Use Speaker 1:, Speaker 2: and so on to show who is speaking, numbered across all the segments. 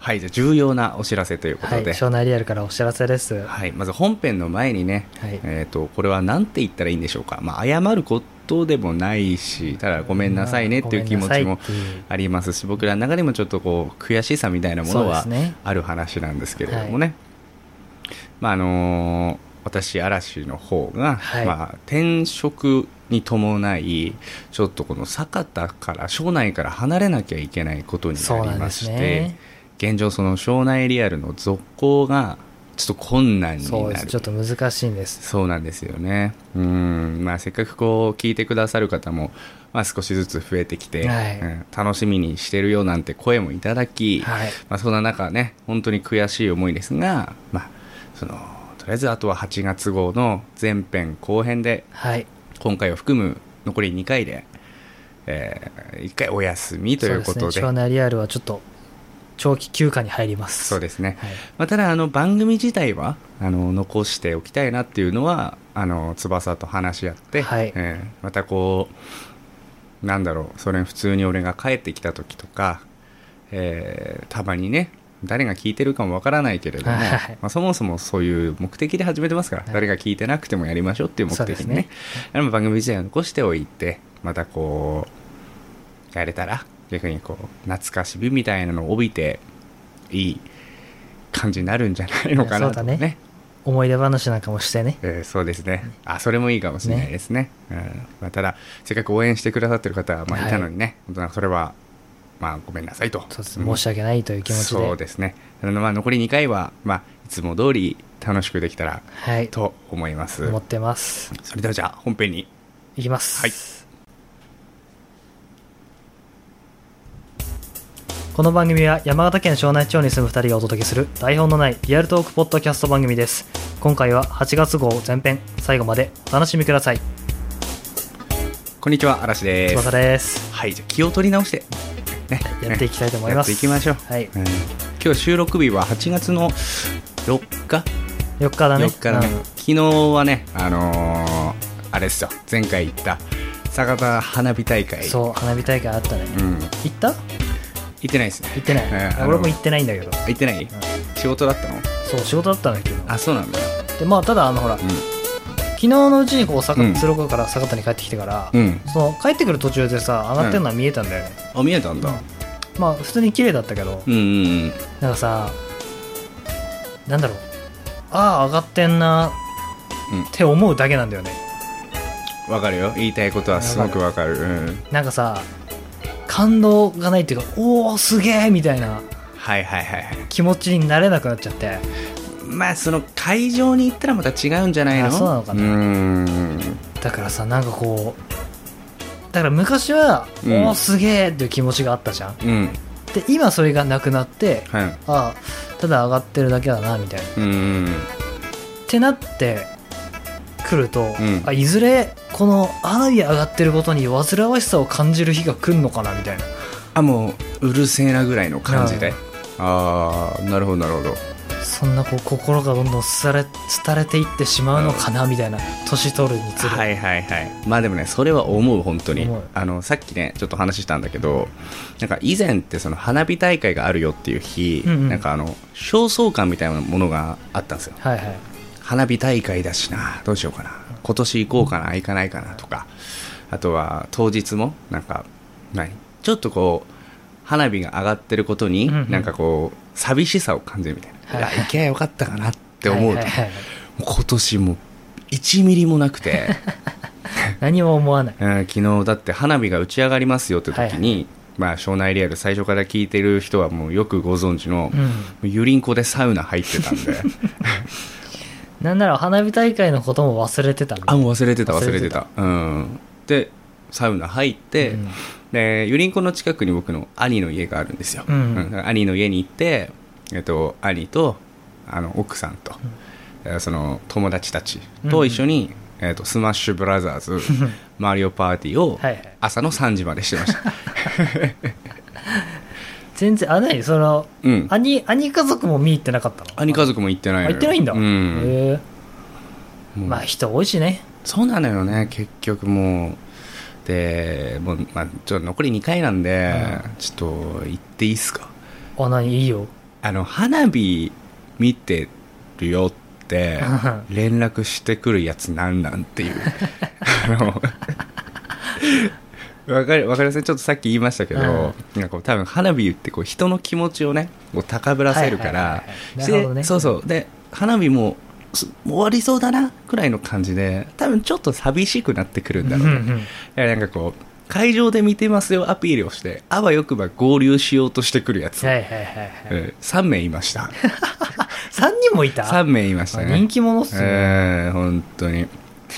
Speaker 1: はい、じゃあ重要なお知らせということ
Speaker 2: はい、
Speaker 1: で、
Speaker 2: 庄内リアルからお知らせです。
Speaker 1: はい、まず本編の前にね、
Speaker 2: はい
Speaker 1: えー、とこれは何て言ったらいいんでしょうか、まあ、謝ることでもないしただごめんなさいねっていう気持ち
Speaker 2: ごめんな
Speaker 1: も
Speaker 2: さいっていう
Speaker 1: ありますし僕らの中でもちょっとこう悔しさみたいなものは
Speaker 2: そうですね
Speaker 1: ある話なんですけれどもね、まああのー私嵐の方が、
Speaker 2: はい
Speaker 1: まあ、転職に伴いちょっとこの酒田から庄内から離れなきゃいけないことに
Speaker 2: そう
Speaker 1: な
Speaker 2: な
Speaker 1: り
Speaker 2: ん
Speaker 1: ま
Speaker 2: で
Speaker 1: し
Speaker 2: す
Speaker 1: て。
Speaker 2: ね。
Speaker 1: 現状その庄内リアルの続行がちょっと困難になる
Speaker 2: そうです。ちょっと難しいんです。
Speaker 1: そうなんですよねうん、まあ、せっかくこう聞いてくださる方も、まあ、少しずつ増えてきて、
Speaker 2: はい
Speaker 1: うん楽しみにしてるよなんて声もいただき、
Speaker 2: はい。
Speaker 1: まあ、そんな中ね本当に悔しい思いですが、まあ、そのとりあえずあとは8月号の前編後編で
Speaker 2: はい。
Speaker 1: 今回を含む残り2回で、え1回お休みというこ
Speaker 2: そ
Speaker 1: と
Speaker 2: う
Speaker 1: で
Speaker 2: ですね。庄内リアルはちょっと長期休暇に入ります。
Speaker 1: そうですね
Speaker 2: はい。
Speaker 1: まあ、ただあの番組自体はあの残しておきたいなっていうのはあの翼と話し合って、
Speaker 2: はい
Speaker 1: えーまたこうなんだろうそれ普通に俺が帰ってきた時とか、えーたまにね誰が聞いてるかもわからないけれども、
Speaker 2: はい
Speaker 1: まあ、そもそもそういう目的で始めてますから、
Speaker 2: はい
Speaker 1: 誰が聞いてなくてもやりましょうっていう目
Speaker 2: そう
Speaker 1: 的
Speaker 2: です
Speaker 1: に
Speaker 2: ね
Speaker 1: ねあの番組自体を残しておいてまたこうやれたら逆にこう懐かしみみたいなのを帯びていい感じになるんじゃないのかなと
Speaker 2: いやそうだね思い出話なんかもしてね。
Speaker 1: えーそうですねあそれもいいかもしれないですねうんまあ、ただせっかく応援してくださってる方がまあ
Speaker 2: はい
Speaker 1: いたのにね、本当なんかそれはまあごめんなさいと
Speaker 2: そうです。申し訳ないという気持ちで。
Speaker 1: そうですねあの、まあ、残り2回は、まあ、いつも通り楽しくできたら
Speaker 2: はい。
Speaker 1: と思います
Speaker 2: 思ってます。
Speaker 1: それではじゃあ本編に
Speaker 2: いきます。
Speaker 1: はい
Speaker 2: この番組は山形県庄内町に住む2人がお届けする台本のないリアルトークポッドキャスト番組です今回は8月号前編最後までお楽しみください
Speaker 1: こんにちは嵐です
Speaker 2: 翼です
Speaker 1: はい、じゃあ気を取り直して、ね、
Speaker 2: やっていきたいと思います
Speaker 1: やっていきましょう。
Speaker 2: はい
Speaker 1: うん今日収録日は8月の4日、
Speaker 2: 4日だね
Speaker 1: 4日だね。
Speaker 2: うん
Speaker 1: 昨日はね、あのーあれですよ、前回行った酒田花火大会。
Speaker 2: そう花火大会あったね、
Speaker 1: うん。行
Speaker 2: 行った
Speaker 1: ってないですね。
Speaker 2: 行ってない、
Speaker 1: うんあの
Speaker 2: 俺も行ってないんだけど
Speaker 1: 行ってない、仕事だったの
Speaker 2: そう仕事だったんだけど
Speaker 1: あ、そうなんだ。
Speaker 2: でまあただあのほら、昨日のうちにこう坂
Speaker 1: うん
Speaker 2: 鶴岡から坂田に帰ってきてから、
Speaker 1: うん。うん。
Speaker 2: その帰ってくる途中でさ上がってるのは見えたんだよね、
Speaker 1: あ、見えたんだ。
Speaker 2: まあ普通に綺麗だったけど、
Speaker 1: うんうんうん。
Speaker 2: なんかさなんだろうああ上がってんな
Speaker 1: うん
Speaker 2: って思うだけなんだよね、
Speaker 1: わかるよ。言いたいことはすごくわかる。うん。
Speaker 2: なんかさ感動がないっていうかおおすげえみたいな
Speaker 1: はいはいはいはい。
Speaker 2: 気持ちになれなくなっちゃって
Speaker 1: まあ、その会場に行ったらまた違うんじゃないの
Speaker 2: あそうなのかな
Speaker 1: うん。
Speaker 2: だからさなんかこうだから昔は、
Speaker 1: うん
Speaker 2: おおすげえっていう気持ちがあったじゃん
Speaker 1: うん。
Speaker 2: で今それがなくなって
Speaker 1: はい。
Speaker 2: ああただ上がってるだけだなみたいなっ
Speaker 1: うん
Speaker 2: てなってくると、
Speaker 1: ん
Speaker 2: あいずれこの花火上がってることに煩わしさを感じる日が来るのかなみたいな
Speaker 1: あもううるせえなぐらいの感じで、
Speaker 2: うん
Speaker 1: ああなるほどなるほど
Speaker 2: そんなこう心がどんどん廃れ廃れていってしまうのかなみたいな年取るにつれ、
Speaker 1: はいはいはいまあでもねそれは思う本当に
Speaker 2: 思う
Speaker 1: あのさっきねちょっと話したんだけどなんか以前ってその花火大会があるよっていう日、
Speaker 2: うんうん
Speaker 1: なんかあの焦燥感みたいなものがあったんですよ
Speaker 2: はいはい
Speaker 1: 花火大会だしなどうしようかな今年行こうかな行かないかなとかあとは当日もなんか何ちょっとこう花火が上がってることに
Speaker 2: うんうん
Speaker 1: なんかこう寂しさを感じるみたいな、
Speaker 2: はいはい
Speaker 1: いや行けばよかったかなって思うと、
Speaker 2: はいはいはい
Speaker 1: 今年もう1ミリもなくて、
Speaker 2: 何も思わない
Speaker 1: うん昨日だって花火が打ち上がりますよって時に、まあ庄内リアル最初から聞いてる人はもうよくご存知の、
Speaker 2: うん
Speaker 1: ゆりんこでサウナ入ってたん で
Speaker 2: なんなら花火大会のことも忘れてたみた
Speaker 1: あ
Speaker 2: いな
Speaker 1: もう忘れてた忘れ
Speaker 2: 忘れ
Speaker 1: て
Speaker 2: て
Speaker 1: た
Speaker 2: た
Speaker 1: うんでサウナ入って、
Speaker 2: うん
Speaker 1: でゆりんこの近くに僕の兄の家があるんですよ、
Speaker 2: うん
Speaker 1: だから兄の家に行って、えっと、兄とあの奥さんと、えーその友達たちと一緒に、えっと、スマッシュブラザーズマリオパーティーを
Speaker 2: はいはい
Speaker 1: 朝の3時までしてました、
Speaker 2: 全然あないその
Speaker 1: うん
Speaker 2: 兄兄家族も見に行ってなかったの
Speaker 1: 兄家族も行ってないの
Speaker 2: あ
Speaker 1: よ
Speaker 2: 行ってないんだ、
Speaker 1: う
Speaker 2: へ
Speaker 1: ん、
Speaker 2: え
Speaker 1: もう
Speaker 2: まあ人多いしね
Speaker 1: そうなのよね結局もうでもう、まあ、ちょっと残り2回なんで、ちょっと行っていいっすか
Speaker 2: あ何いいよ
Speaker 1: あの花火見てるよ って連絡してくるやつなんなんっていうあのわかりわかりませんちょっとさっき言いましたけど、なんかこう多分花火ってこう人の気持ちをねこう高ぶらせるから
Speaker 2: はいはいはいはい
Speaker 1: して
Speaker 2: なるほどね
Speaker 1: そうそうで花火もすもう終わりそうだなくらいの感じで多分ちょっと寂しくなってくるんだろうね、
Speaker 2: うんうん
Speaker 1: いやなんかこう会場で見てますよアピールをしてあわよくば合流しようとしてくるやつ、
Speaker 2: はいはいはいはい。
Speaker 1: えー3名いました
Speaker 2: 3人もいた
Speaker 1: 3名いましたね
Speaker 2: 人気者っすね。
Speaker 1: えー本当に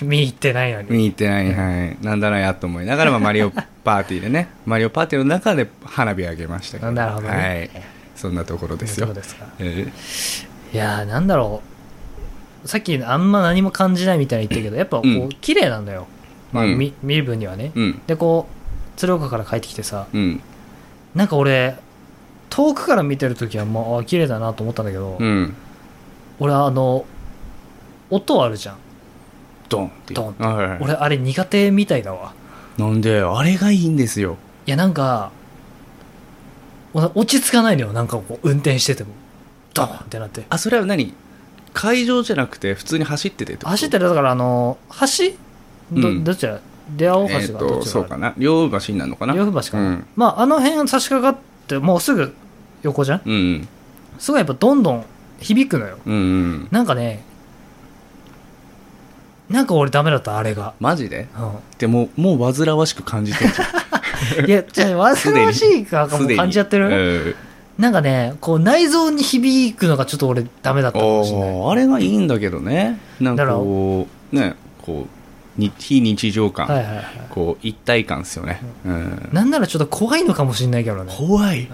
Speaker 2: 見に行ってないのに。
Speaker 1: 見に行ってない、はい、なんだなやと思いながら、まあ、マリオパーティーでね マリオパーティーの中で花火上げましたけど
Speaker 2: なるほどね
Speaker 1: はい、そんなところですよ
Speaker 2: そうですか。
Speaker 1: えー
Speaker 2: いやー、なんだろう。さっきあんま何も感じないみたいに言ったけど、やっぱこ
Speaker 1: う、
Speaker 2: うん綺麗なんだよ。まあ、
Speaker 1: うん
Speaker 2: み見る分にはね。
Speaker 1: うん
Speaker 2: で、こう、鶴岡から帰ってきてさ、
Speaker 1: うん
Speaker 2: なんか俺、遠くから見てるときはもう、あー綺麗だなと思ったんだけど、
Speaker 1: うん
Speaker 2: 俺あの、音あるじゃん。
Speaker 1: ドンっていう
Speaker 2: ドンって
Speaker 1: はいはい
Speaker 2: 俺あれ苦手みたいだわ。
Speaker 1: なんであれがいいんですよ
Speaker 2: いやなんかお落ち着かないのよなんかこう運転しててもドーンってなって
Speaker 1: あそれは何会場じゃなくて普通に走っててってこと
Speaker 2: 走ってるだからあの橋ど,、
Speaker 1: うん
Speaker 2: どっちだ出会おう橋
Speaker 1: えー
Speaker 2: が
Speaker 1: っ
Speaker 2: ど
Speaker 1: と
Speaker 2: っち
Speaker 1: そ
Speaker 2: だ
Speaker 1: うかな両橋になるのかな
Speaker 2: 両橋かな、
Speaker 1: うん
Speaker 2: まああの辺差し掛かってもうすぐ横じゃん
Speaker 1: うん
Speaker 2: すごいやっぱどんどん響くのよ
Speaker 1: うんうん
Speaker 2: なんかねなんか俺ダメだったあれが、
Speaker 1: マジで
Speaker 2: う
Speaker 1: でももう煩わしく感じてるじゃん
Speaker 2: ん、いやじゃあ煩わしいかも
Speaker 1: すでに
Speaker 2: 感じちゃってる、
Speaker 1: うん
Speaker 2: なんかねこう内臓に響くのがちょっと俺ダメだったかもしれない
Speaker 1: おーあれがいいんだけどねなんかこうねこうに非日常感、
Speaker 2: はいはいはい
Speaker 1: こう一体感ですよね、うん、
Speaker 2: なんならちょっと怖いのかもしれないけどね。
Speaker 1: 怖い、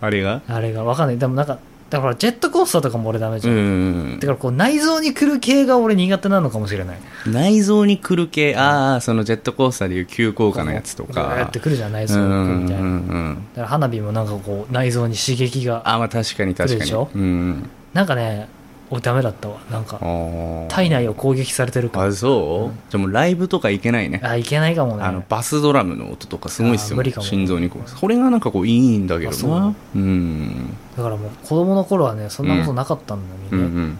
Speaker 1: あれが
Speaker 2: あれがわかんない。でもなんか、だからジェットコースターとかも俺ダメじ
Speaker 1: う
Speaker 2: ゃん。
Speaker 1: ん
Speaker 2: だからこう内臓に来る系が俺苦手なのかもしれない。
Speaker 1: 内臓に来る系ああそのジェットコースターでいう急降下のやつと
Speaker 2: こうやっ
Speaker 1: か
Speaker 2: てくるじゃん、内
Speaker 1: う
Speaker 2: 臓
Speaker 1: ん
Speaker 2: に
Speaker 1: うんう
Speaker 2: 来るみたいな。
Speaker 1: ん
Speaker 2: だ
Speaker 1: うん
Speaker 2: から花火もなんかこう内臓に刺激が。
Speaker 1: あまあ確かに
Speaker 2: 来
Speaker 1: 確
Speaker 2: る
Speaker 1: か
Speaker 2: で
Speaker 1: に
Speaker 2: しょ
Speaker 1: うんうん
Speaker 2: なんかね、俺ダメだったわ。なんか、
Speaker 1: あー
Speaker 2: 体内を攻撃されてるから
Speaker 1: あ。そう、じゃあもうライブとか行けないね
Speaker 2: あ、いけないかもね。
Speaker 1: あのバスドラムの音とかすごいっす
Speaker 2: あー
Speaker 1: よ
Speaker 2: 無理かも
Speaker 1: 心臓にこうそれがなんかこういいんだけ
Speaker 2: あ
Speaker 1: ど
Speaker 2: そう
Speaker 1: なうん
Speaker 2: だからもう子供の頃はね、そんなことなかったんだよ、み
Speaker 1: うんんう
Speaker 2: な、
Speaker 1: ん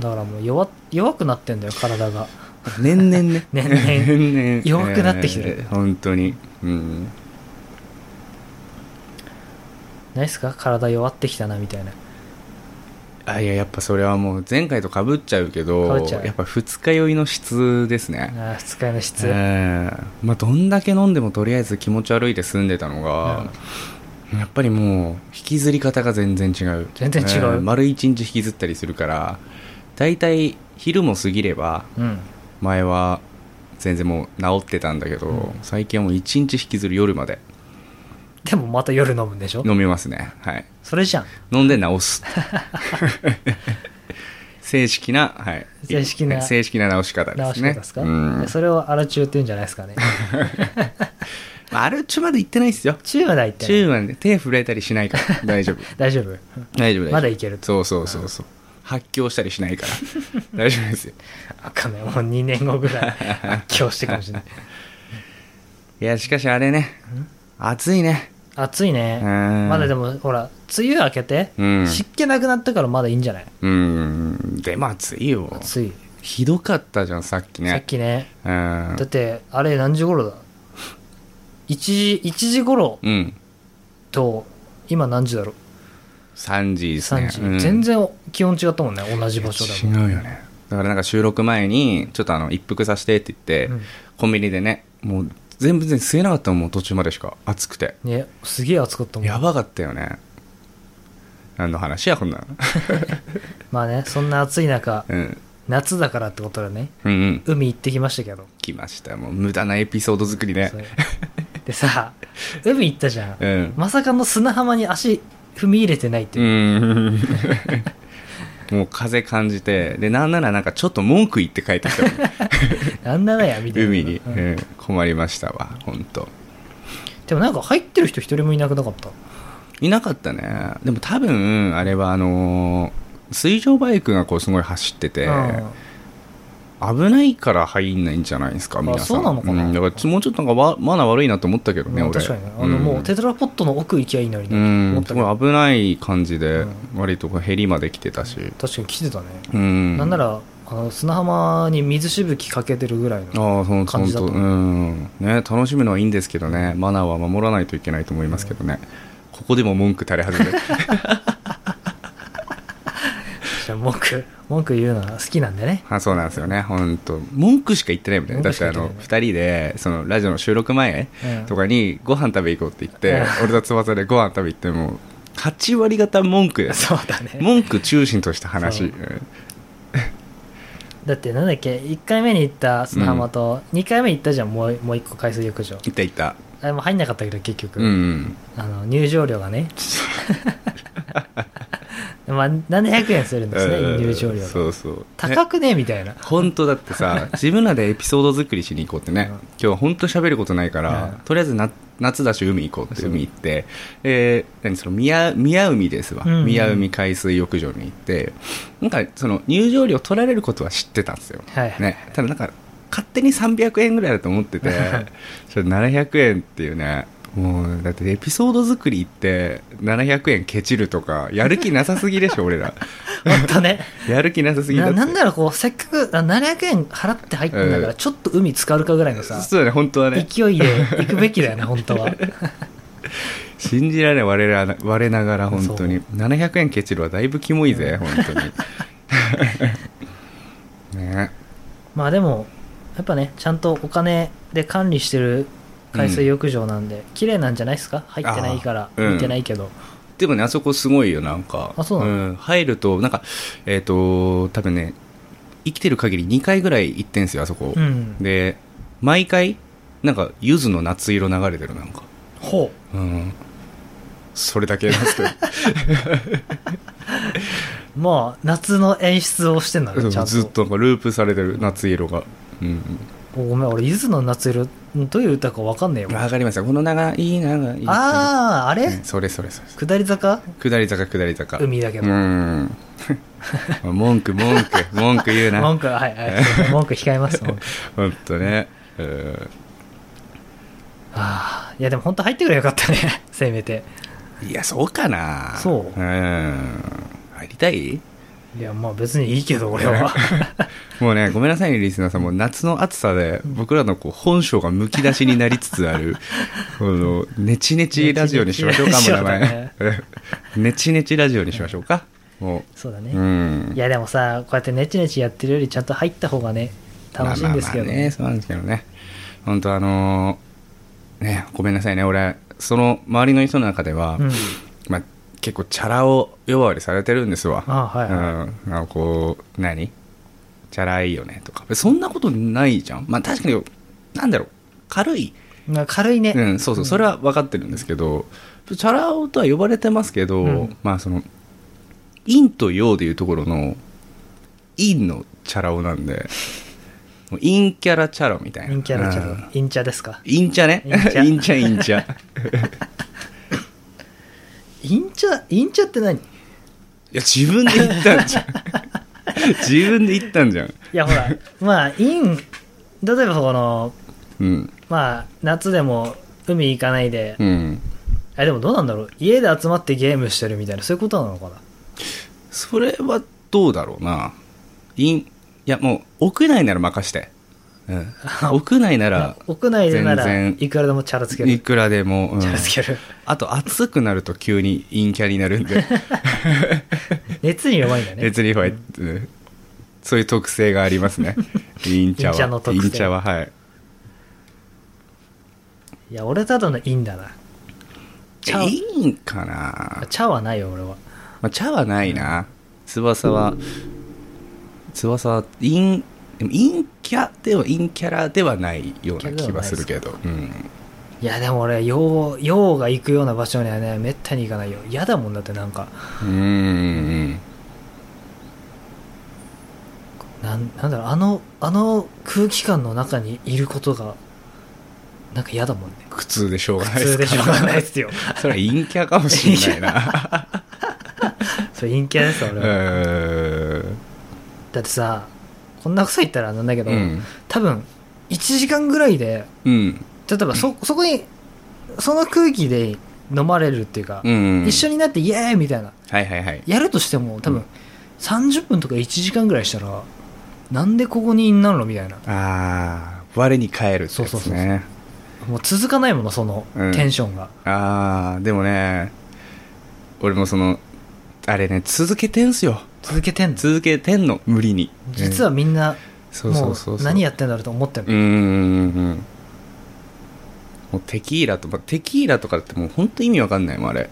Speaker 2: だからもう弱弱くなってんだよ、体が。
Speaker 1: 年々ね
Speaker 2: 年々
Speaker 1: 年々
Speaker 2: 弱くなってきてる
Speaker 1: えー本当にうん
Speaker 2: ないっすか体弱ってきたな、みたいな。
Speaker 1: あいややっぱそれはもう前回とかぶっちゃうけど
Speaker 2: 被っちゃう
Speaker 1: やっぱ二日酔いの質ですね
Speaker 2: あー二日酔いの質。
Speaker 1: えーまあどんだけ飲んでもとりあえず気持ち悪いで済んでたのが、やっぱりもう引きずり方が全然違う
Speaker 2: 全然違う
Speaker 1: 丸一日引きずったりするから大体昼も過ぎれば
Speaker 2: うん。
Speaker 1: 前は全然もう治ってたんだけど、最近はもう一日引きずる夜まで
Speaker 2: でもまた夜飲むんでしょ
Speaker 1: 飲みますねはい
Speaker 2: それじゃん。
Speaker 1: 飲んで治 す正式な、はい、
Speaker 2: 正式な
Speaker 1: 正式な治し方ですね
Speaker 2: 直し方ですか、
Speaker 1: うん
Speaker 2: それをアラチューって言うんじゃないです かね。
Speaker 1: まあ、アルチュまで行ってないですよ
Speaker 2: チューまでは行ってない
Speaker 1: 中まで手震えたりしないから 大丈夫
Speaker 2: 大丈
Speaker 1: 大丈
Speaker 2: 夫。
Speaker 1: 夫大丈夫
Speaker 2: まだいけると。
Speaker 1: そうそうそうそう発狂したりしないから 大丈夫ですよ
Speaker 2: わかんない。もう2年後ぐらい発狂してかもしれない。
Speaker 1: いやしかしあれね暑いね
Speaker 2: 暑いね。
Speaker 1: うん
Speaker 2: まだでも、ほら、梅雨明けて、
Speaker 1: うん
Speaker 2: 湿気なくなったからまだいいんじゃない
Speaker 1: うんでも暑いよ
Speaker 2: 暑い。
Speaker 1: ひどかったじゃんさっきね
Speaker 2: さっきね。
Speaker 1: うん
Speaker 2: だって、あれ何時頃だ ?1 時、一時頃
Speaker 1: うん
Speaker 2: と、今何時だろう
Speaker 1: 3時ですね
Speaker 2: ?3 時、
Speaker 1: うん
Speaker 2: 全然気温違ったもんね。同じ場所で
Speaker 1: 違
Speaker 2: も。
Speaker 1: うよねだからなんか収録前にちょっとあの一服させてって言って、
Speaker 2: うん
Speaker 1: コンビニでねもう全部全然吸えなかったもんもう途中までしか暑くて
Speaker 2: ね、すげえ暑かったもん。
Speaker 1: やばかったよね何の話やこん なの
Speaker 2: まあね、そんな暑い中、
Speaker 1: うん
Speaker 2: 夏だからってことでね、
Speaker 1: うんうん
Speaker 2: 海行ってきましたけど。
Speaker 1: 来ましたもう無駄なエピソード作りね
Speaker 2: そうでさ、海行ったじゃん。
Speaker 1: うん
Speaker 2: まさかの砂浜に足踏み入れてないって
Speaker 1: う
Speaker 2: いう。
Speaker 1: んもう風感じてでなんならなんかちょっと文句言って帰って きたもん
Speaker 2: なんならや、みたいな。
Speaker 1: 海に、
Speaker 2: う
Speaker 1: うんん、困りましたわ本当
Speaker 2: でもなんか入ってる人一人もいなくなかった。
Speaker 1: いなかったねでも多分あれはあのー水上バイクがこうすごい走ってて、
Speaker 2: うん
Speaker 1: 危ないから入んないんじゃないですか皆さん
Speaker 2: そうなのかなん
Speaker 1: だからちもうちょっとなんかわマナー悪いなと思ったけどね、
Speaker 2: うん
Speaker 1: 俺
Speaker 2: 確かにねあの、もうテトラポットの奥行きゃいいのに
Speaker 1: う
Speaker 2: ね、思
Speaker 1: ん
Speaker 2: っ
Speaker 1: す
Speaker 2: たけど
Speaker 1: ごい危ない感じで
Speaker 2: うん
Speaker 1: 割とこうヘリまで来てたし、
Speaker 2: 確かに来てたね、
Speaker 1: うん、
Speaker 2: なんな
Speaker 1: あ
Speaker 2: らあの砂浜に水しぶきかけてるぐらい
Speaker 1: あ
Speaker 2: の
Speaker 1: ーその
Speaker 2: 感
Speaker 1: 本
Speaker 2: じだと
Speaker 1: 当うんね楽しむのはいいんですけどねマナーは守らないといけないと思いますけどね、ここでも文句垂れ始める
Speaker 2: じゃあ文句文句言うのは好きなんでね
Speaker 1: あそうなんですよね本当文句しか言ってないもんねだ
Speaker 2: 文句
Speaker 1: っ
Speaker 2: してか
Speaker 1: あ
Speaker 2: 言って
Speaker 1: の
Speaker 2: ない
Speaker 1: 2人でそのラジオの収録前
Speaker 2: うん
Speaker 1: とかにご飯食べ行こうって言って、俺と翼でご飯食べ行っても8割方文句です
Speaker 2: そうだね
Speaker 1: 文句中心とした話
Speaker 2: そうだってなんだっけ1回目に行った砂浜と2回目行ったじゃんもうもう1個海水浴場
Speaker 1: いったいった
Speaker 2: あれも入んなかったけど結局、
Speaker 1: うんうん
Speaker 2: あの入場料が ねまあ700円するんですね
Speaker 1: うん
Speaker 2: 入場料
Speaker 1: そうそう
Speaker 2: 高くねみたいな
Speaker 1: 本当だって さ自分らでエピソード作りしに行こうってね
Speaker 2: うん
Speaker 1: 今日本当喋ることないから、
Speaker 2: うん
Speaker 1: とりあえずな夏だし海行こうって
Speaker 2: そう
Speaker 1: 海行ってえー何その宮宮海ですわ、
Speaker 2: うん
Speaker 1: 宮海海水浴場に行ってなんかその入場料取られることは知ってたんですよ、
Speaker 2: はいはい
Speaker 1: ね、ただなんか勝手に300円ぐらいだと思ってて それ700円っていうねもうだってエピソード作りって700円ケチるとかやる気なさすぎでしょ俺ら
Speaker 2: 本当ね
Speaker 1: やる気なさすぎだ
Speaker 2: な
Speaker 1: って
Speaker 2: なんならこうせっかくあ700円払って入ってんだか
Speaker 1: う
Speaker 2: ら
Speaker 1: ん
Speaker 2: ちょっと海浸かるかぐらいのさ
Speaker 1: そうだね本当はね
Speaker 2: 勢いで行くべきだよね本当は
Speaker 1: 信じられない我ら我ながら本当に700円ケチるはだいぶキモいぜ、本当 にね
Speaker 2: まあでもやっぱねちゃんとお金で管理してる海水浴場なんで、綺麗なんじゃないですか入ってないから
Speaker 1: あーうん
Speaker 2: 見てないけど、
Speaker 1: でもねあそこすごいよなんか
Speaker 2: あそうなの
Speaker 1: ん、入るとなんかえっ、と多分ね生きてる限り2回ぐらい行ってんすよあそこ、
Speaker 2: うん
Speaker 1: で毎回なんか柚子の夏色流れてるなんか
Speaker 2: ほ
Speaker 1: うんそれだけなんですけ ど
Speaker 2: うまあ夏の演出をしてんだねちゃんと
Speaker 1: ずっとなんかループされてる夏色がうん
Speaker 2: おごめん俺ゆずの夏色どういう歌かわかんねえよ
Speaker 1: わかりましたこの長い長い
Speaker 2: あああれ、
Speaker 1: うんそれそれそれそ
Speaker 2: 下り坂
Speaker 1: れ下り坂下り坂
Speaker 2: 海だけ
Speaker 1: う
Speaker 2: ど、
Speaker 1: ん 文句文句文句言うな
Speaker 2: 文句はいはい文句控えます文句
Speaker 1: ほんとねうん
Speaker 2: ああいやでも本当入ってくればよかったね せめて
Speaker 1: いやそうかな
Speaker 2: そうん
Speaker 1: 入りたい
Speaker 2: いやまあ別にいいけど俺は
Speaker 1: もうねごめんなさいねリスナーさんもう夏の暑さで僕らのこう本性がむき出しになりつつあ るこのネチネチラジオにしましょうか
Speaker 2: ネチネチ
Speaker 1: もう名
Speaker 2: ラジオだね
Speaker 1: 前 ネチネチラジオにしましょうかも
Speaker 2: そうだ
Speaker 1: う
Speaker 2: ね、
Speaker 1: うん
Speaker 2: いやでもさこうやってネチネチやってるよりちゃんと入った方がね楽しいんですけど
Speaker 1: まあまあまあねそうなんですけどね本当あのーねごめんなさいね俺その周りの人の中では、
Speaker 2: うん
Speaker 1: まあ、結構チャラを呼ばわりされてるんですわ
Speaker 2: あはいはい
Speaker 1: うん、なんかこう何チャラいよねとかそんなことないじゃんまあ確かになんだろう軽い
Speaker 2: なんか軽いね、
Speaker 1: うん、そうそうそれは分かってるんですけど、チャラ男とは呼ばれてますけど、
Speaker 2: うん
Speaker 1: まあその陰と陽でいうところの陰のチャラ男なんでもう陰キャラチャラみたいな
Speaker 2: 陰キャラチ
Speaker 1: うん
Speaker 2: ャ陰チャですか
Speaker 1: 陰チャね
Speaker 2: 陰チャ
Speaker 1: 陰チャ陰チャ
Speaker 2: 陰チャ陰チャって何い
Speaker 1: いや自分で言ったんじゃ ん自分で言ったんじゃん
Speaker 2: やほ らまあ陰例えばこの
Speaker 1: うん
Speaker 2: まあ夏でも海行かないで、
Speaker 1: うん
Speaker 2: あでもどうなんだろう家で集まってゲームしてるみたいなそういうことなのかな
Speaker 1: それはどうだろうな陰いやもう屋内なら任して、うん、屋内なら
Speaker 2: 屋内でなら
Speaker 1: 全然
Speaker 2: いくらでもチャラつける
Speaker 1: いくらでも、うん
Speaker 2: チャラつける
Speaker 1: あと暑くなると急に陰キャになるん で
Speaker 2: 熱に弱いんだね
Speaker 1: 別にファイうんそういう特性があります ね陰キャは
Speaker 2: 陰キャの特性
Speaker 1: 陰キャははい
Speaker 2: いや俺ただの陰だな茶は
Speaker 1: 陰かな、
Speaker 2: 茶はないよ俺は
Speaker 1: まあ、茶はないな翼は翼は陰でも陰キャでは陰キャラではないような気はするけどうん
Speaker 2: いやでも俺ようようが行くような場所にはねめったに行かないよ嫌だもんだってなんか
Speaker 1: うーん
Speaker 2: なんなんだろうあのあの空気感の中にいることがなんか嫌だもんね
Speaker 1: 苦痛でしょうがない
Speaker 2: 普通でしょうがないですよ
Speaker 1: それは陰キャかもしれないな
Speaker 2: それ陰キャですよ
Speaker 1: う
Speaker 2: 俺は
Speaker 1: ーん
Speaker 2: だってさこんな臭いったらなんだけど、
Speaker 1: うん
Speaker 2: 多分1時間ぐらいで
Speaker 1: うん
Speaker 2: 例えばそそこにその空気で飲まれるっていうか、
Speaker 1: うん
Speaker 2: 一緒になってイエーイみたいな
Speaker 1: はいはいはい
Speaker 2: やるとしても多
Speaker 1: う
Speaker 2: 分
Speaker 1: ん
Speaker 2: 30分とか1時間ぐらいしたらなんでここにいんなのみたいな
Speaker 1: ああ我に返るってやつね
Speaker 2: そうそうそうそうもう続かないものその
Speaker 1: うん
Speaker 2: テンションが、
Speaker 1: ああでもね俺もそのあれね続けてんすよ
Speaker 2: 続けてんの
Speaker 1: 続けてんの無理に
Speaker 2: 実はみんな
Speaker 1: そうそ
Speaker 2: も
Speaker 1: うそう
Speaker 2: う
Speaker 1: そう
Speaker 2: 何やってんだろうと思ってる
Speaker 1: うんうんうんうんもうテキーラとまあテキーラとかってもう本当意味わかんないもんあ れ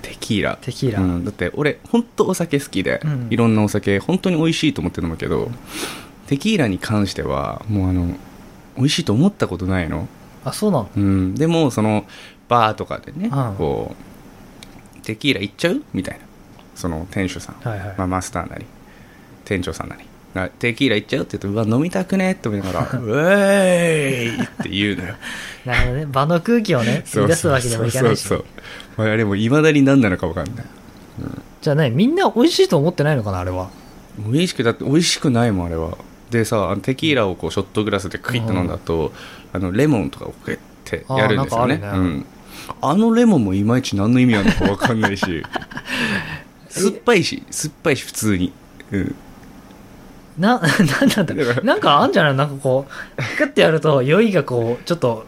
Speaker 1: テキーラ
Speaker 2: テキーラ
Speaker 1: うんだって俺本当お酒好きで、
Speaker 2: うん
Speaker 1: いろんなお酒本当に美味しいと思って飲むけどテキーラに関してはもうあの美味しいと思ったことないの
Speaker 2: あそうなの
Speaker 1: うん、でもそのバーとかでね、
Speaker 2: うん
Speaker 1: こうテキーラ行っちゃうみたいなその店主さん、
Speaker 2: はいはい
Speaker 1: まあ、マスターなり店長さんなりがテキーラ行っちゃうって言うとうわ飲みたくねって思いなが ら「ウェーイ!」って言うのよ
Speaker 2: なるほどね場の空気 をね生み出すわけでもいかないし
Speaker 1: そうそうそうまああれもいまだに何なのか分かんない
Speaker 2: じゃあねみんな美味しいと思ってないのかなあれは
Speaker 1: 美味しくだって美味しくないもんあれはでさあのテキーラをこうショットグラスでクイッと飲んだと、あのレモンとかをグッてやるんですよね
Speaker 2: あー
Speaker 1: う
Speaker 2: なんかあるね
Speaker 1: ん、あのレモンもいまいち何の意味あるのか分かんない し酸っぱいし酸っぱいし普通に、うん、。
Speaker 2: な、 なんなんだろうなんかあんじゃないなんかこう、グッてやると酔いがこう、ちょっと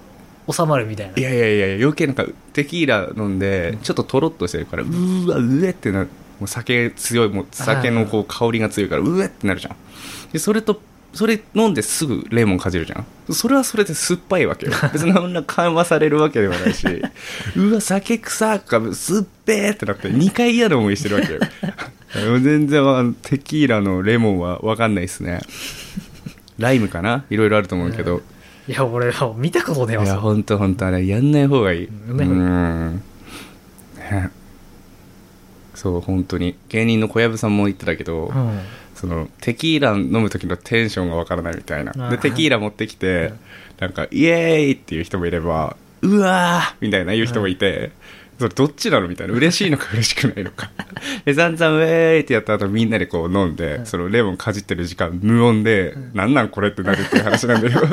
Speaker 2: 収まるみたいない
Speaker 1: やいやいや余計なんかテキーラ飲んでちょっととろっとしてるからうーわうえってなるもう酒強いもう酒のこう香りが強いからうえってなるじゃんでそれとそれ飲んですぐレモンかじるじゃんそれはそれで酸っぱいわ けよ別にそんな緩和されるわけではないしうわ酒臭くか酸っべーってなって2回嫌な思いしてるわけよ 全然わかんテキーラのレモンは分かんないですねライムかないろいろあると思うけど、
Speaker 2: いや、俺は見たことねえわ
Speaker 1: いや
Speaker 2: それ
Speaker 1: 本当本当あれやんない方がいい
Speaker 2: うんね
Speaker 1: んねそう本当に芸人の小籔さんも言ってたけど、
Speaker 2: うん。
Speaker 1: そのテキーラ飲む時のテンションがわからないみたいな
Speaker 2: あ
Speaker 1: で
Speaker 2: ー
Speaker 1: テキーラ持ってきてなんかイエーイっていう人もいればうわーみたいな言う人もいて、それどっちなのみたいな嬉しいのか嬉しくないの かで散々ウェーイってやった後みんなでこう飲んで、そのレモンかじってる時間無音で、なんなんこれってなるっていう話なんだけど
Speaker 2: ね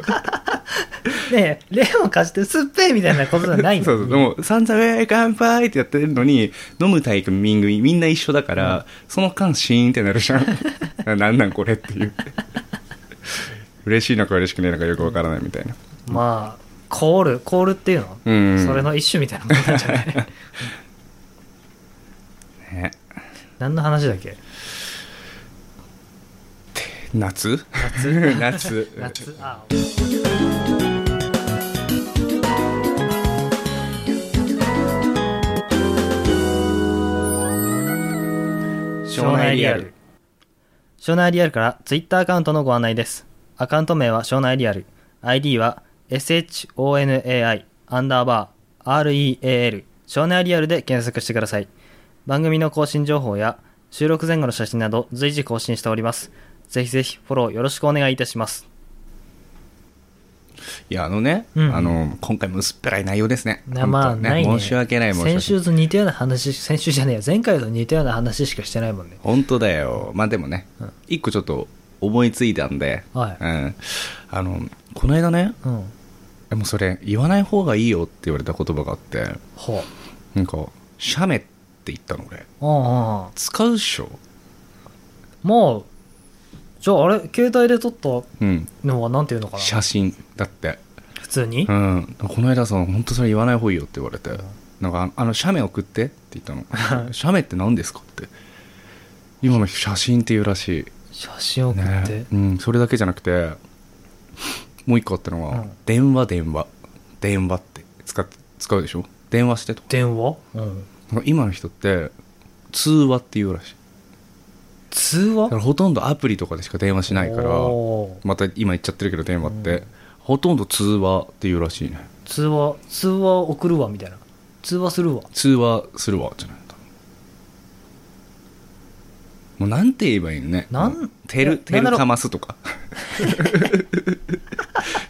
Speaker 2: え、レモン貸して酸っぱいみたいなことじゃないんだ
Speaker 1: そうそう、でも、散々、えー、乾杯ってやってるのに、飲むタイミングみんな一緒だから、その間シーンってなるじゃん。 ななんなんこれっていう。嬉しいのか嬉しくないのかよくわからないみたいな。
Speaker 2: まあ、コール、コールっていうの、
Speaker 1: うん。
Speaker 2: それの一種みたいなもんなんじ ゃない
Speaker 1: ね
Speaker 2: 何の話だっけ
Speaker 1: 夏夏 夏。
Speaker 2: 夏、あ、
Speaker 1: 庄内リアル。
Speaker 2: 庄内リアルからツイッターアカウントのご案内です。アカウント名は庄内リアル。ID は shonai アンダーバー real 庄内リアルで検索してください。番組の更新情報や収録前後の写真など随時更新しております。ぜひぜひフォローよろしくお願いいたします。
Speaker 1: いや、あのね、
Speaker 2: うん
Speaker 1: あの、今回も薄っぺらい内容ですね。
Speaker 2: なまあ、
Speaker 1: 本当
Speaker 2: ないね。
Speaker 1: 申し訳ない、申し訳ない。
Speaker 2: 先週と似たような話、先週じゃねえよ。前回と似たような話しかしてないもんね。
Speaker 1: 本当だよまあでもね
Speaker 2: うん
Speaker 1: 一個ちょっと思いついたんで、
Speaker 2: はい
Speaker 1: うん、あのこの間ね
Speaker 2: うん。
Speaker 1: でもそれ言わない方がいいよって言われた言葉があって
Speaker 2: ほう。
Speaker 1: なんか「写メ」って言ったの俺
Speaker 2: うんうん。
Speaker 1: 使うっしょ
Speaker 2: まあ、じゃああれ、携帯で撮った
Speaker 1: うん
Speaker 2: のはなんていうのかな
Speaker 1: 写真だって
Speaker 2: 普通に
Speaker 1: う、んこの間さ本当それ言わない方がいいよって言われてなんかあの「写メ送って」って言った の「写メって何ですか?」って今の写真っていうらしい
Speaker 2: 写真送
Speaker 1: ね
Speaker 2: って。
Speaker 1: うん、それだけじゃなくてもう一個あったのは、
Speaker 2: うん
Speaker 1: 電話電話電話って使っ使うでしょ電話してとか
Speaker 2: 電話うん。
Speaker 1: なんか今の人って通話っていうらしいだ
Speaker 2: 通
Speaker 1: か
Speaker 2: 話
Speaker 1: らほとんどアプリとかでしか電話しないから
Speaker 2: おー
Speaker 1: また今言っちゃってるけど電話って、
Speaker 2: うん
Speaker 1: ほとんど通話っていうらしいね
Speaker 2: 通話、通話送るわ、みたいな。通話するわ。
Speaker 1: 通話するわじゃないんだもうなんて言えばいいのね
Speaker 2: なん
Speaker 1: もうテル
Speaker 2: いや
Speaker 1: テ
Speaker 2: なんだ
Speaker 1: ル
Speaker 2: ろう
Speaker 1: かますと か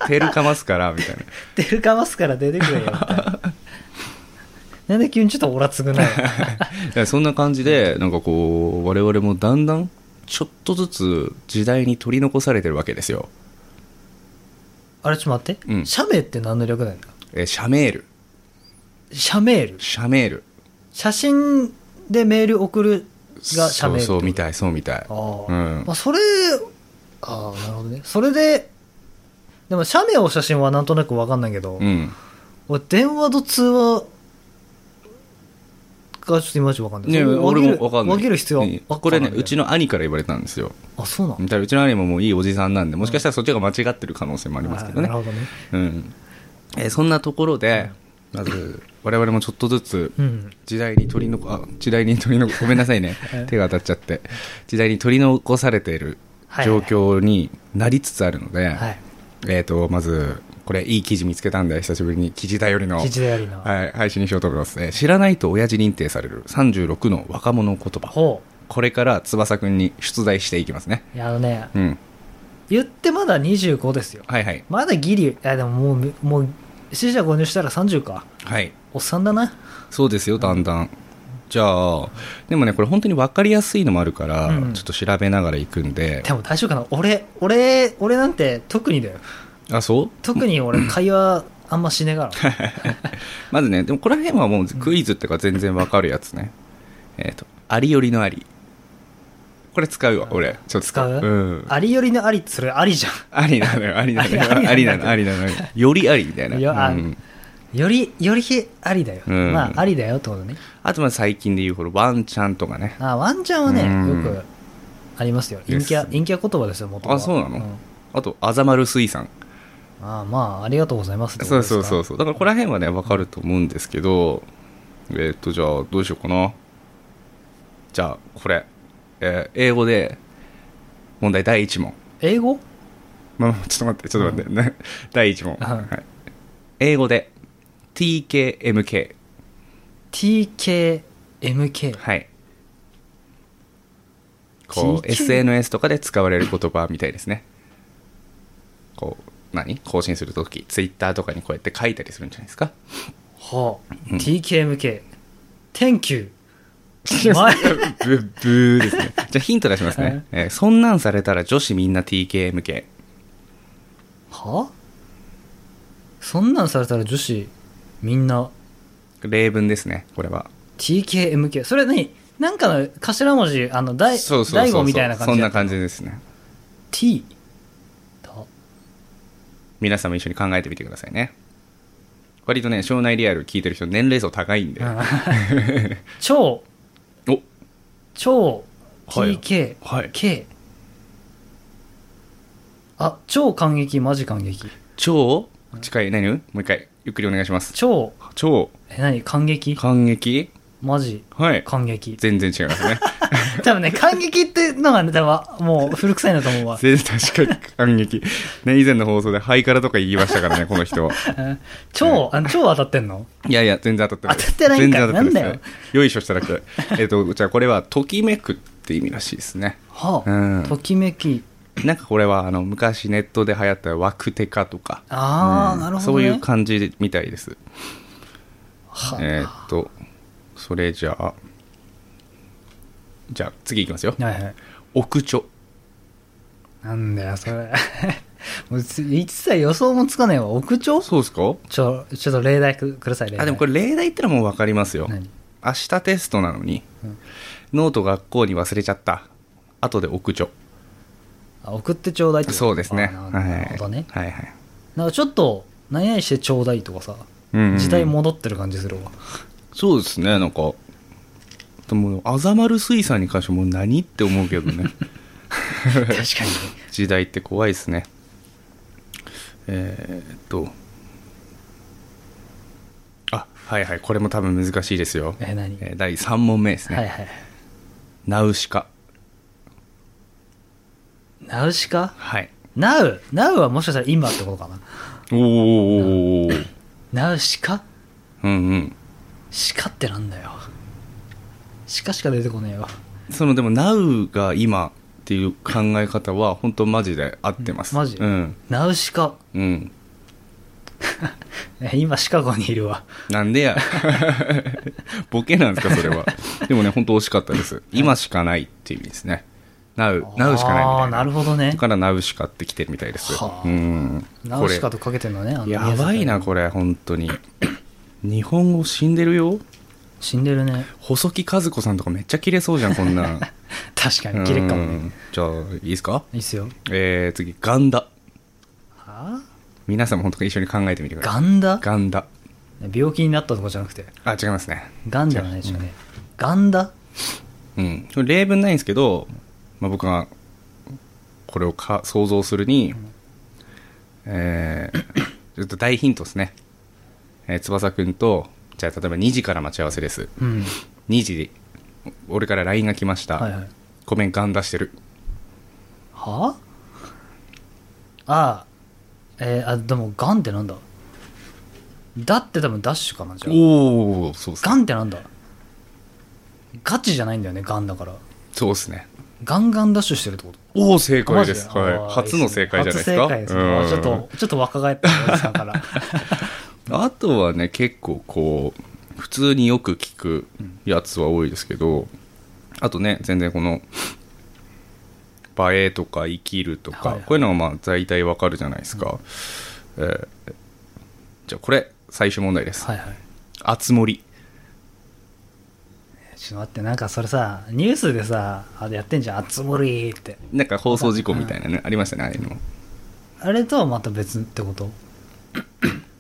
Speaker 1: テルかますからみたいな
Speaker 2: 出るかますから出てくれよ、みたいな。 なんで急にちょっとオラつぐない
Speaker 1: いやそんな感じでなんかこう我々もだんだんちょっとずつ時代に取り残されてるわけですよ。
Speaker 2: あれちょっと待って、
Speaker 1: うん
Speaker 2: 社名って何の略なんだ
Speaker 1: えー社メール、
Speaker 2: 社メール
Speaker 1: 社メール。
Speaker 2: 写真でメール送るが社メール
Speaker 1: そうそう、み
Speaker 2: い
Speaker 1: たい、そうみたい。
Speaker 2: あー、
Speaker 1: うん
Speaker 2: まあ、それああなるほどねそれででも社名を写真はなんとなく分かんないけど、
Speaker 1: うん。
Speaker 2: 俺電話と通話がちょっといまいち分かんない
Speaker 1: ね、
Speaker 2: それ
Speaker 1: 俺もわかんない。
Speaker 2: 分ける必要は
Speaker 1: ね
Speaker 2: あった
Speaker 1: これね、
Speaker 2: なんだよ
Speaker 1: うちの兄から言われたんですよ。
Speaker 2: あそうなの
Speaker 1: だからうちの兄ももういいおじさんなんで、もしかしたらそっちが間違ってる可能性もありますけどね
Speaker 2: な。るほどね
Speaker 1: うん。えーそんなところで、まず、我々もちょっとずつ
Speaker 2: う、ん
Speaker 1: 時代に取り残、あ、時代に取り残、ごめんなさいね
Speaker 2: え。
Speaker 1: 手が当たっちゃって。時代に取り残されている
Speaker 2: はいは
Speaker 1: 状
Speaker 2: い
Speaker 1: 況になりつつあるので、
Speaker 2: はい
Speaker 1: えっ、と、まず、これいい記事見つけたんで、久しぶりに記事頼りの。
Speaker 2: 記事でやりな、
Speaker 1: はい、配信にしようと思います、えー知らないと親父認定される36の若者言葉
Speaker 2: ほ
Speaker 1: これから翼くんに出題していきますね
Speaker 2: ういやあのね
Speaker 1: うん
Speaker 2: 言ってまだ25ですよ
Speaker 1: はいはい
Speaker 2: まだギリいやでももうもう死者購入したら30か
Speaker 1: はい
Speaker 2: おっさんだな
Speaker 1: そうですよだんだんじゃあでもねこれ本当に分かりやすいのもあるから、
Speaker 2: うん
Speaker 1: ちょっと調べながらいくんで
Speaker 2: でも大丈夫かな俺俺俺なんて特にだよ
Speaker 1: あそう
Speaker 2: 特に俺会話あんましねえから
Speaker 1: まずねでもこの辺はもうクイズっていうか全然分かるやつね、えっ、とありよりのありこれ使うわ俺ちょっと
Speaker 2: 使う
Speaker 1: うん
Speaker 2: ありよりのありそれありじゃ
Speaker 1: ありなのよありなのよあ
Speaker 2: あり
Speaker 1: り
Speaker 2: な
Speaker 1: な
Speaker 2: の
Speaker 1: のありなのよよりありみたいな、
Speaker 2: よあ
Speaker 1: うん
Speaker 2: んよりよりありだよ、
Speaker 1: うん
Speaker 2: まあありだよってことね
Speaker 1: あとまあ最近で言うほどワンちゃんとかね。
Speaker 2: あワンちゃんはね
Speaker 1: うん
Speaker 2: よくありますよ陰
Speaker 1: です
Speaker 2: キャ陰キャ言葉ですよ元は
Speaker 1: あそうなの
Speaker 2: ん
Speaker 1: あと、あざまる水産。
Speaker 2: ああまあありがとうございますってこと
Speaker 1: そう
Speaker 2: ですか
Speaker 1: そうそうそう。だからここら辺はね、わかると思うんですけど、えーっと、じゃあどうしようかな。じゃあ、これ。えー英語で、問題第1問。
Speaker 2: 英語
Speaker 1: まあ、ちょっと待って、ちょっと待って。ね第1問、
Speaker 2: うん
Speaker 1: はい英語で、TKMK。
Speaker 2: TKMK
Speaker 1: はい。こう、
Speaker 2: TK
Speaker 1: SNS とかで使われる言葉みたいですね。こう、何更新するとき、ツイッターとかにこうやって書いたりするんじゃないですか。
Speaker 2: はあ、TKMK Thank you 前
Speaker 1: ブッブーですね。じゃあヒント出します
Speaker 2: は
Speaker 1: ね
Speaker 2: い。
Speaker 1: えーそんなんされたら女子みんな TKMK。
Speaker 2: はあそんなんされたら女子みんな
Speaker 1: 例文ですね、これは。
Speaker 2: TKMK それ何なんかの頭文字あの大
Speaker 1: そうそうそう
Speaker 2: 大
Speaker 1: そう。
Speaker 2: 悟みたいな感じ
Speaker 1: そんな
Speaker 2: じ
Speaker 1: 感じですね。
Speaker 2: T と
Speaker 1: 皆さんも一緒に考えてみてくださいね。割とね、庄内リアル聞いてる人年齢層高いんで。
Speaker 2: 超
Speaker 1: お
Speaker 2: 超
Speaker 1: はい
Speaker 2: TK、
Speaker 1: はい
Speaker 2: K あ超感激マジ感激
Speaker 1: 超近い何もう一回ゆっくりお願いします
Speaker 2: 超
Speaker 1: 超
Speaker 2: え何感激
Speaker 1: 感激
Speaker 2: マジ
Speaker 1: はい
Speaker 2: 感激
Speaker 1: 全然違いますね
Speaker 2: 多分ね感激ってのがね多分もう古臭いなと思うわ
Speaker 1: 全然確かに感激ね以前の放送でハイカラとか言いましたからねこの人
Speaker 2: 超あ超当たってんの
Speaker 1: いやいや全然当たってない
Speaker 2: 当たってないん
Speaker 1: 全
Speaker 2: か
Speaker 1: 然当たってない
Speaker 2: なん
Speaker 1: で
Speaker 2: だ
Speaker 1: す
Speaker 2: よ
Speaker 1: ねよいしょしただけえっとじゃあこれはときめくって意味らしいですね
Speaker 2: はあ、
Speaker 1: うん
Speaker 2: ときめき
Speaker 1: なんかこれはあの昔ネットで流行ったワクテカとか
Speaker 2: ああ、
Speaker 1: うん
Speaker 2: なるほど、ね、
Speaker 1: そういう感じみたいです
Speaker 2: はあ
Speaker 1: えーっとそれじゃあじゃあ次いきますよ
Speaker 2: はいはい
Speaker 1: 奥ちょ
Speaker 2: なんだよそれ もうつ一切予想もつかないわ奥調
Speaker 1: そうですか
Speaker 2: ちょちょっと例題くください例題
Speaker 1: あでもこれ例題言ったらもう分かりますよ
Speaker 2: 何
Speaker 1: 明日テストなのに、
Speaker 2: うん
Speaker 1: ノート学校に忘れちゃった後で奥女
Speaker 2: あ送ってちょうだいってこと
Speaker 1: そうですね
Speaker 2: あ
Speaker 1: は
Speaker 2: ー
Speaker 1: い
Speaker 2: なるほどね、
Speaker 1: はいはい
Speaker 2: なんかちょっと何々してちょうだいとかさ
Speaker 1: うんうんうん
Speaker 2: 時代戻ってる感じする わ、
Speaker 1: そうですねなんかでもあざまる水産に関してもう何って思うけ どね
Speaker 2: 確かに
Speaker 1: 時代って怖いですねえーっとあはいはいこれも多分難しいですよ、
Speaker 2: え何、
Speaker 1: えー第3問目ですね、
Speaker 2: はいはい
Speaker 1: ナウシカ
Speaker 2: ナウシカ
Speaker 1: はい
Speaker 2: ナウナウはもしかしたら今ってことかな
Speaker 1: おお、
Speaker 2: ナウシカ
Speaker 1: うんうん
Speaker 2: シカってなんだよシカしか出てこねえよ
Speaker 1: そのでも「NOW」が今っていう考え方は本当マジで合ってます
Speaker 2: マジ
Speaker 1: うん
Speaker 2: ナウシカ
Speaker 1: うん
Speaker 2: え今シカゴにいるわ
Speaker 1: なん でや ボケなんですかそれはでもね本当惜しかったです今しかないっていう意味ですねナウナウしかないみ
Speaker 2: あ
Speaker 1: た
Speaker 2: あ
Speaker 1: い
Speaker 2: ー、
Speaker 1: な
Speaker 2: なるほどね
Speaker 1: だ。からナウシカって来てるみたいです、
Speaker 2: はあ
Speaker 1: うん
Speaker 2: ナ
Speaker 1: こ
Speaker 2: ウ
Speaker 1: れ
Speaker 2: シカとかけてんのね。あの
Speaker 1: やばいなこれ本当に日本語死んでるよ
Speaker 2: 死んでるね。
Speaker 1: 細木和子さんとかめっちゃ切れそうじゃんこん なん
Speaker 2: 確かに、切れっかも
Speaker 1: う
Speaker 2: ね。
Speaker 1: んじゃあいいですか
Speaker 2: いいっすよ。
Speaker 1: えー、次ガンダ
Speaker 2: はあ
Speaker 1: 皆さんも本当に一緒に考えてみてください
Speaker 2: ガンダ
Speaker 1: ガンダ
Speaker 2: 病気になったとかじゃなくて、
Speaker 1: あ違いますね
Speaker 2: ガンじゃないでしょうね。ガンダ
Speaker 1: うんこれ例文ないんですけど、まあ、僕がこれをか想像するに、えー ちょっと大ヒントですね、えー翼くんとじゃあ例えば2時から待ち合わせです
Speaker 2: うん。
Speaker 1: 2時俺から LINE が来ました、
Speaker 2: はいはい。
Speaker 1: ごめんガンダしてる
Speaker 2: はあああ、えーあ、でも、ガンってなんだだって多分ダッシュかな、じゃあ。
Speaker 1: おおそうっすね
Speaker 2: ガンってなんだガチじゃないんだよね、ガンだから。
Speaker 1: そうですね
Speaker 2: ガンガンダッシュしてるってこと
Speaker 1: おお正解です
Speaker 2: あマジ
Speaker 1: はい
Speaker 2: あー
Speaker 1: 初の正解じゃないですか
Speaker 2: 初正解ですね
Speaker 1: うん
Speaker 2: ちょっと、ちょっと若返ったねおじさ んから。
Speaker 1: あとはね結構こう普通によく聞くやつは多いですけどあとね全然この「映え」とか「生きる」とか、
Speaker 2: はいはい
Speaker 1: こういうのはまあ大体わかるじゃないですか、えーじゃあこれ最終問題です
Speaker 2: はいはい。
Speaker 1: 「あつ森
Speaker 2: ちょっと待って、なんかそれさ、ニュースでさ、あれやってんじゃん、あつ森って。」
Speaker 1: なんか放送事故みたいなねありましたねああいうの
Speaker 2: あれとはまた別ってこと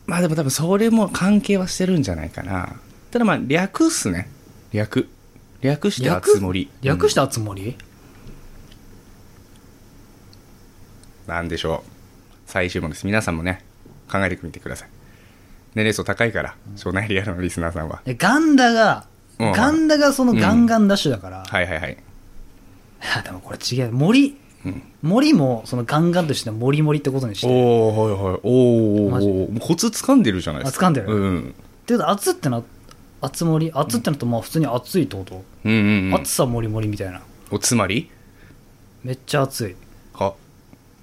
Speaker 1: まあでも多分それも関係はしてるんじゃないかなただまあ略っすね略略して「あつ森」、
Speaker 2: 略してたあつ森
Speaker 1: うんなんでしょう最終問です皆さんもね考えてみてください年齢層高いから庄内リアルのリスナーさんは、
Speaker 2: えガンダが、
Speaker 1: うん
Speaker 2: ガンダがそのガンガンダッシュだから。
Speaker 1: はいはいはい
Speaker 2: あでもこれ違う。森、森もそのガンガンとして森森ってことにし
Speaker 1: お
Speaker 2: て。
Speaker 1: おはいはいお
Speaker 2: マジ
Speaker 1: おもうコツ掴んでるじゃないですか
Speaker 2: あ掴んでる
Speaker 1: うん
Speaker 2: ってことは、熱ってな、熱森熱ってのとまあ普通に熱いってこと、
Speaker 1: うんうん、うん
Speaker 2: 熱、さ森森みたいな。
Speaker 1: おつまり
Speaker 2: めっちゃ熱い。
Speaker 1: あ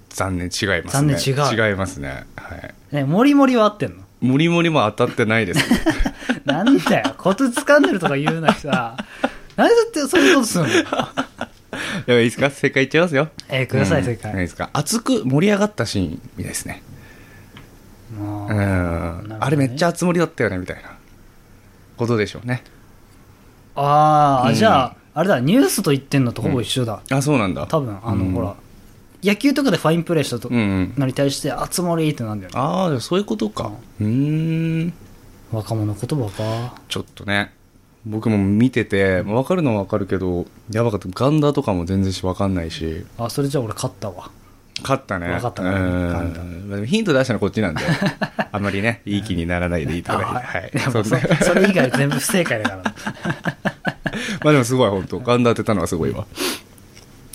Speaker 1: 残念違いますね
Speaker 2: 残念違
Speaker 1: 違いますねはい
Speaker 2: ね、森森は合ってんの
Speaker 1: モリモリも当たってないです
Speaker 2: なん だよ、コツ掴んでるとか言うのにさ、なんでだってそういうことすんの
Speaker 1: ではいいですか正解いっちゃいますよ
Speaker 2: えーください、
Speaker 1: うん
Speaker 2: 正
Speaker 1: いい
Speaker 2: 解。
Speaker 1: ですか熱く盛り上がったシーンみたいですね
Speaker 2: もう
Speaker 1: うん
Speaker 2: どね
Speaker 1: あれめっちゃ熱盛りだったよねみたいなことでしょうね
Speaker 2: あー
Speaker 1: う
Speaker 2: あ、
Speaker 1: ん
Speaker 2: じゃあ、あれだ、ニュースと言ってんのとほぼ一緒だ。
Speaker 1: あそうなんだ
Speaker 2: 多分、あの、
Speaker 1: うん
Speaker 2: ほら、野球とかでファインプレーしたと、
Speaker 1: うんうん
Speaker 2: のに対して、あつ森ってなんだよね。
Speaker 1: ああじゃあそういうことかうーん
Speaker 2: 若者言葉か。
Speaker 1: ちょっとね僕も見てて分かるのは分かるけどやばかったガンダとかも全然し分かんないし
Speaker 2: あ、それじゃあ俺勝ったわ。
Speaker 1: 勝ったね
Speaker 2: わかったね
Speaker 1: うん
Speaker 2: ガンダ
Speaker 1: まあでもヒント出したのはこっちなん であんまりねいい気にならないでいただいて
Speaker 2: あ
Speaker 1: はい
Speaker 2: やもう
Speaker 1: そ
Speaker 2: そ
Speaker 1: んな
Speaker 2: それ以外全部不正解だから。
Speaker 1: まあでもすごい本当ガンダ当てたのはすごいわ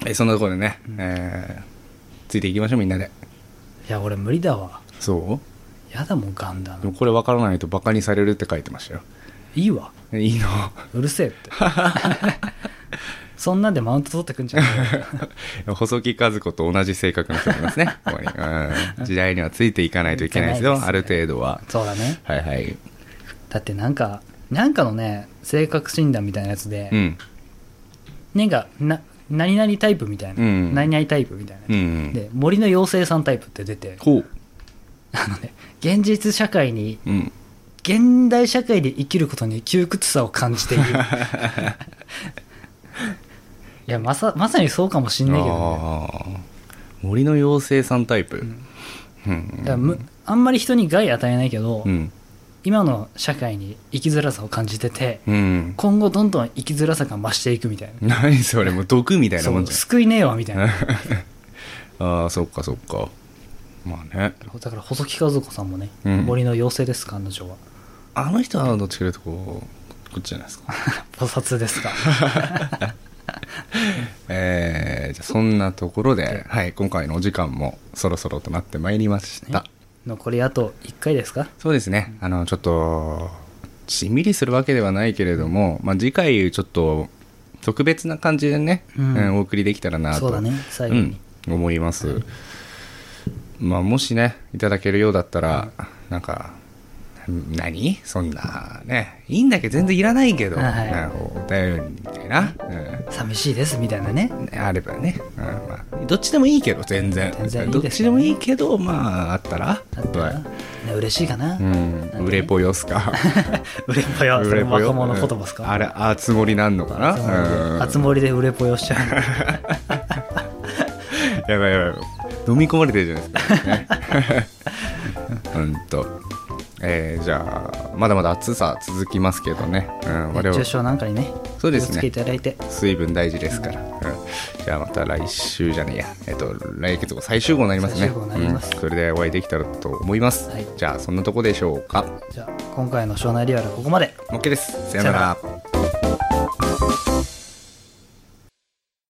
Speaker 1: えそんなところでね、えーついていきましょうみんなで
Speaker 2: いや、俺無理だわ。
Speaker 1: そう
Speaker 2: やだもん、ガンダ
Speaker 1: で
Speaker 2: ム。
Speaker 1: もこれ分からないとバカにされるって書いてましたよ
Speaker 2: いいわ。
Speaker 1: いいの
Speaker 2: うるせえ って。そんなんでマウント取ってくんじゃない よ
Speaker 1: 細木和子と同じ性格の人がいます ねここにうん時代にはついていかないといけないですよ
Speaker 2: いけ
Speaker 1: あ
Speaker 2: ない
Speaker 1: る
Speaker 2: ですね
Speaker 1: 程度は
Speaker 2: そうだね。
Speaker 1: はいはい
Speaker 2: だってなんか、なんかのね、性格診断みたいなやつで、
Speaker 1: うん
Speaker 2: なんか、な、何々タイプみたいな。
Speaker 1: うん
Speaker 2: 何々タイプみたいな。
Speaker 1: うん
Speaker 2: で、森の妖精さんタイプって出て、
Speaker 1: ほう
Speaker 2: あのね、現実社会に、
Speaker 1: うん
Speaker 2: 現代社会で生きることに窮屈さを感じてい る。いや、まさ、まさにそうかもしんないけどね。
Speaker 1: あー森の妖精さんタイプう
Speaker 2: だ
Speaker 1: ん
Speaker 2: からむあんまり人に害与えないけど、
Speaker 1: うん
Speaker 2: 今の社会に生きづらさを感じてて、
Speaker 1: うん
Speaker 2: 今後どんどん生きづらさが増していくみたいな。
Speaker 1: 何それもう毒みたいな
Speaker 2: そ
Speaker 1: もん
Speaker 2: う
Speaker 1: じ
Speaker 2: 救いねえわみたいな。
Speaker 1: ゃん ああそっかそっかまあね
Speaker 2: だから細木和子さんもね、
Speaker 1: うん
Speaker 2: 森の妖精ですか、彼 女は。
Speaker 1: あの人はどっちかというとこうこっちじゃないですか
Speaker 2: 菩薩で すか。
Speaker 1: えーじゃあそんなところで、はい、今回のお時間もそろそろとなってまいりました。
Speaker 2: 残りあと1回ですか
Speaker 1: そうですね、あの、ちょっと、しんみりするわけではないけれども、まあ、次回、ちょっと、特別な感じでね、
Speaker 2: うん
Speaker 1: うんお送りできたらなと。
Speaker 2: そうだね、最後に。
Speaker 1: うん、思います。まあ、もしね、いただけるようだったら、なんか、うん何そんなねいいんだけど全然いらないけど、
Speaker 2: はいはい
Speaker 1: なんかお便りみたいな、う
Speaker 2: 寂しいですみたいなね
Speaker 1: ん、あればね、うんまあ、どっちでもいいけど全然
Speaker 2: 全然いいですね
Speaker 1: どっちでもいいけどまああったら
Speaker 2: だったらね嬉しいかな、
Speaker 1: うん、売れぽよっすか
Speaker 2: 売れっぽよそ
Speaker 1: 売
Speaker 2: れ
Speaker 1: れぽよ
Speaker 2: 若者言葉です
Speaker 1: うん
Speaker 2: か
Speaker 1: あれあつ森なんのかなうん
Speaker 2: あつ森で売れっぽ よしちゃう
Speaker 1: やばいやばい飲み込まれてるじゃないですか、ね、 うんと、えーじゃあまだまだ暑さ続きますけどね、うん、我
Speaker 2: 熱中
Speaker 1: 々
Speaker 2: 症なんかにね
Speaker 1: そうですね
Speaker 2: 気をつけていただいて
Speaker 1: 水分大事ですから、うん、じゃあまた来週じゃねえや、えっと、来月号最終号になりますね
Speaker 2: 最終号になります
Speaker 1: うんそれでお会いできたらと思います、
Speaker 2: はい
Speaker 1: じゃあそんなとこでしょうか
Speaker 2: じゃあ今回の「庄内リアル」はここまで
Speaker 1: OK ですさ
Speaker 2: さよ
Speaker 1: よ
Speaker 2: な
Speaker 1: な
Speaker 2: ら
Speaker 1: ら